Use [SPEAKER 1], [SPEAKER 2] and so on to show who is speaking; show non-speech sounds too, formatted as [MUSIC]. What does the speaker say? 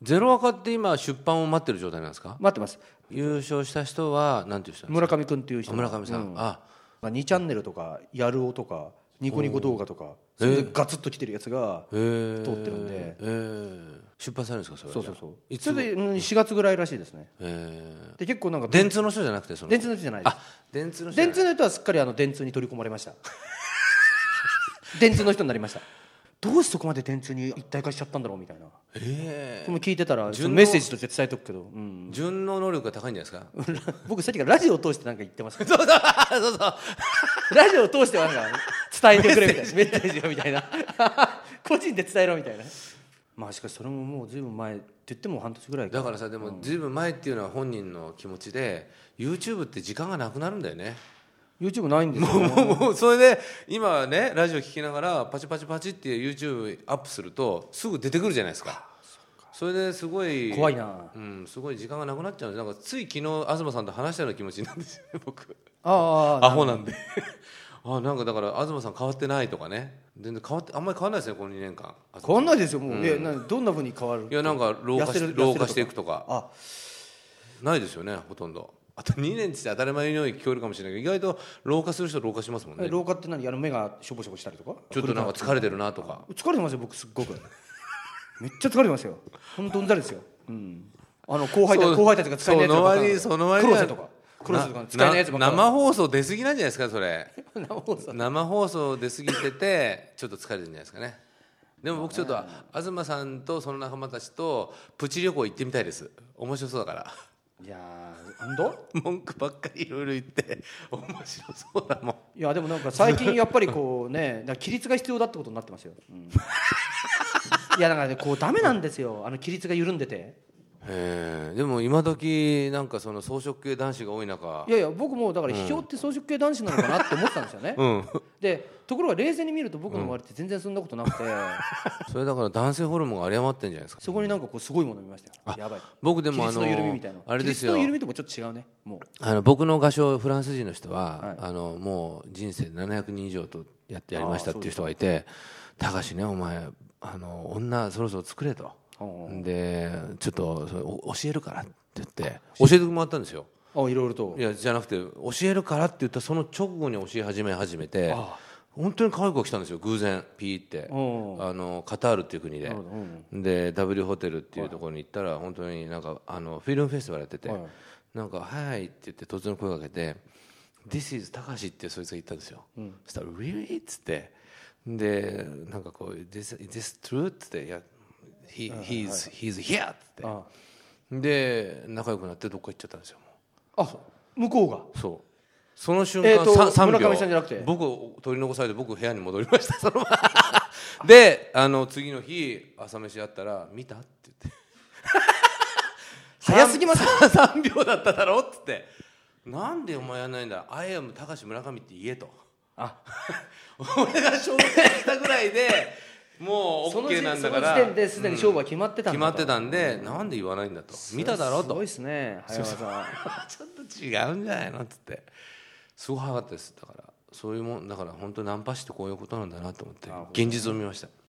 [SPEAKER 1] ゼロアカって今出版を待ってる状態なんですか
[SPEAKER 2] 待ってます
[SPEAKER 1] 優勝した人はなんていう人なんで
[SPEAKER 2] 村上君っていう
[SPEAKER 1] す
[SPEAKER 2] 人
[SPEAKER 1] か村上さん、あ
[SPEAKER 2] まあ、2チャンネルとかやるおとかニコニコ動画とかそれでガツッと来てるやつが
[SPEAKER 1] へえ
[SPEAKER 2] 通ってるんで
[SPEAKER 1] えー、出版されるんですかそれ
[SPEAKER 2] そう
[SPEAKER 1] は
[SPEAKER 2] そうそう
[SPEAKER 1] いつ
[SPEAKER 2] それでうん4月ぐらいらしいですね
[SPEAKER 1] え
[SPEAKER 2] で結構なんか
[SPEAKER 1] ー、電通の人じゃなくてその
[SPEAKER 2] 電通の人じゃないです
[SPEAKER 1] あ電通の人じゃな
[SPEAKER 2] 電
[SPEAKER 1] い
[SPEAKER 2] 通の人はすっかりあの電通に取り込まれました [LAUGHS] 電通の人になりましたどうしてそこまで電通に一体化しちゃったんだろうみたいな
[SPEAKER 1] え
[SPEAKER 2] でも聞いてたらその
[SPEAKER 1] 順応
[SPEAKER 2] メッセージとして伝えとくけど、うん、
[SPEAKER 1] [LAUGHS] ー、順応能力が高いんじゃないですか
[SPEAKER 2] 僕さっきからラジオを通してなんか言ってますけど
[SPEAKER 1] [LAUGHS] そうそう
[SPEAKER 2] ラジオを通してはなんか伝えてくれみたいなメッセージをみたいな [LAUGHS] 個人で伝えろみたいなまあしかしそれももうずいぶん前って言っても半年ぐら
[SPEAKER 1] [LAUGHS]
[SPEAKER 2] い
[SPEAKER 1] だからさでもずいぶん前っていうのは本人の気持ちで YouTube って時間がなくなるんだよね
[SPEAKER 2] YouTube ないんですよ、ね、
[SPEAKER 1] もうそれで今ねラジオ聞きながらパチパチパチって YouTube アップするとすぐ出てくるじゃないですかそれですごい
[SPEAKER 2] 怖いな
[SPEAKER 1] うん、すごい時間がなくなっちゃうんですなんかつい昨日東さんと話したような [LAUGHS] 気持ちになるんですよね僕
[SPEAKER 2] ああ
[SPEAKER 1] アホなんで [LAUGHS] あなんかだから東さん変わってないとかね全然変わってあんまり変わらないですねこの2年間
[SPEAKER 2] 変わんないですよもう、いやなどんなふうに変わる
[SPEAKER 1] いやなんか老化し
[SPEAKER 2] 痩せる
[SPEAKER 1] 老化していくとか
[SPEAKER 2] あ
[SPEAKER 1] ないですよねほとんどあと2年って当たり前のように聞こえるかもしれないけど意外と老化する人老化しますもん
[SPEAKER 2] え
[SPEAKER 1] ね
[SPEAKER 2] 老化って何あの目がしょぼしょぼしたりとか
[SPEAKER 1] ちょっとなんか疲れてるなとか
[SPEAKER 2] 疲れてますよ僕すっごくめっちゃ疲れてますよ本当うんざりですよ、うん、あの後輩た
[SPEAKER 1] そう
[SPEAKER 2] 後輩たちが使えないやつばっかり
[SPEAKER 1] その割
[SPEAKER 2] ク
[SPEAKER 1] にその割
[SPEAKER 2] ロセ
[SPEAKER 1] に
[SPEAKER 2] とか
[SPEAKER 1] は
[SPEAKER 2] クロセとか使えないやつばっかり
[SPEAKER 1] 生放送出過ぎなんじゃないですかそれ
[SPEAKER 2] [LAUGHS] 生放送
[SPEAKER 1] 生放送出過ぎててちょっと疲れてるんじゃないですかねでも僕ちょっと東さんとその仲間たちとプチ旅行行ってみたいです面白そうだから
[SPEAKER 2] いやー安堵
[SPEAKER 1] [LAUGHS] 文句ばっかりいろいろ言って面白そうだもん
[SPEAKER 2] いやでもなんか最近やっぱりこ
[SPEAKER 1] [LAUGHS]
[SPEAKER 2] うねだから規律が必要だってことになってますよ、うんいやだからねこうダメなんですよあの規律が緩んでて
[SPEAKER 1] へえでも今時なんかその草食系男子が多い中 [LAUGHS]
[SPEAKER 2] いやいや僕もだから批評って草食系男子なのかなって思ってたんですよね、
[SPEAKER 1] うん
[SPEAKER 2] でところが冷静に見ると僕の周りって全然そんなことなくて、
[SPEAKER 1] それだから男性ホルモンが有り余ってんじゃないですか
[SPEAKER 2] そこになんかこうすごいもの見ましたよやばい
[SPEAKER 1] 僕で
[SPEAKER 2] 規
[SPEAKER 1] もあ
[SPEAKER 2] 律
[SPEAKER 1] の
[SPEAKER 2] の緩みみたいな
[SPEAKER 1] あれですよ
[SPEAKER 2] 規律の緩みともちょっと違うねも
[SPEAKER 1] あの僕の画商フランス人の人は、
[SPEAKER 2] はい
[SPEAKER 1] あのもう人生で700人以上とやってやりましたっていう人がいて「たかしねお前あの女そろそろ作れ」と
[SPEAKER 2] お
[SPEAKER 1] 「
[SPEAKER 2] う
[SPEAKER 1] でちょっとそれお教えるから」って言って教えてもらったんですよ。
[SPEAKER 2] うあいろいろと
[SPEAKER 1] いやじゃなくて教えるからって言ったその直後に教え始め始めて
[SPEAKER 2] あ
[SPEAKER 1] 本当に可愛い子が来たんですよ偶然ピーって
[SPEAKER 2] お
[SPEAKER 1] あのカタールっていう国で
[SPEAKER 2] なるほどうん
[SPEAKER 1] で W ホテルっていうところに行ったら本当になんかあのフィルムフェスティバルやってて
[SPEAKER 2] はい
[SPEAKER 1] なんか「はい」って言って突然声かけて「This is 高橋」ってそいつが言ったんですよそしたら「Really?」っつってでなんかこう「This, is this true?」っつって「いや he, he's, he's here」っつっ
[SPEAKER 2] あ
[SPEAKER 1] てで仲良くなってどっか行っちゃったんですよもう
[SPEAKER 2] あそう向こうが
[SPEAKER 1] そうその瞬
[SPEAKER 2] え
[SPEAKER 1] 間、
[SPEAKER 2] ーと
[SPEAKER 1] さ三
[SPEAKER 2] 村
[SPEAKER 1] 秒
[SPEAKER 2] 上さんじゃなくて
[SPEAKER 1] 僕を取り残されて僕部屋に戻りましたそのままであの次の日朝飯やったら「見た?」って言って
[SPEAKER 2] 早すぎます
[SPEAKER 1] 3秒だっただろっつって「なんでお前やんないんだ I am 高橋村上」って言えと
[SPEAKER 2] あ
[SPEAKER 1] 俺が紹介したぐらいでもう
[SPEAKER 2] その時
[SPEAKER 1] OK なんだから
[SPEAKER 2] その時点ですでに勝負は決まってたんだ
[SPEAKER 1] 決まってたんで、なんで言わないんだと見ただろ
[SPEAKER 2] す
[SPEAKER 1] と [LAUGHS]
[SPEAKER 2] ごいですね早川さ
[SPEAKER 1] ちょっと違うんじゃないのっつってすごい早かったですだからそういうもんだから本当ナンパ師ってこういうことなんだなと思って現実を見ました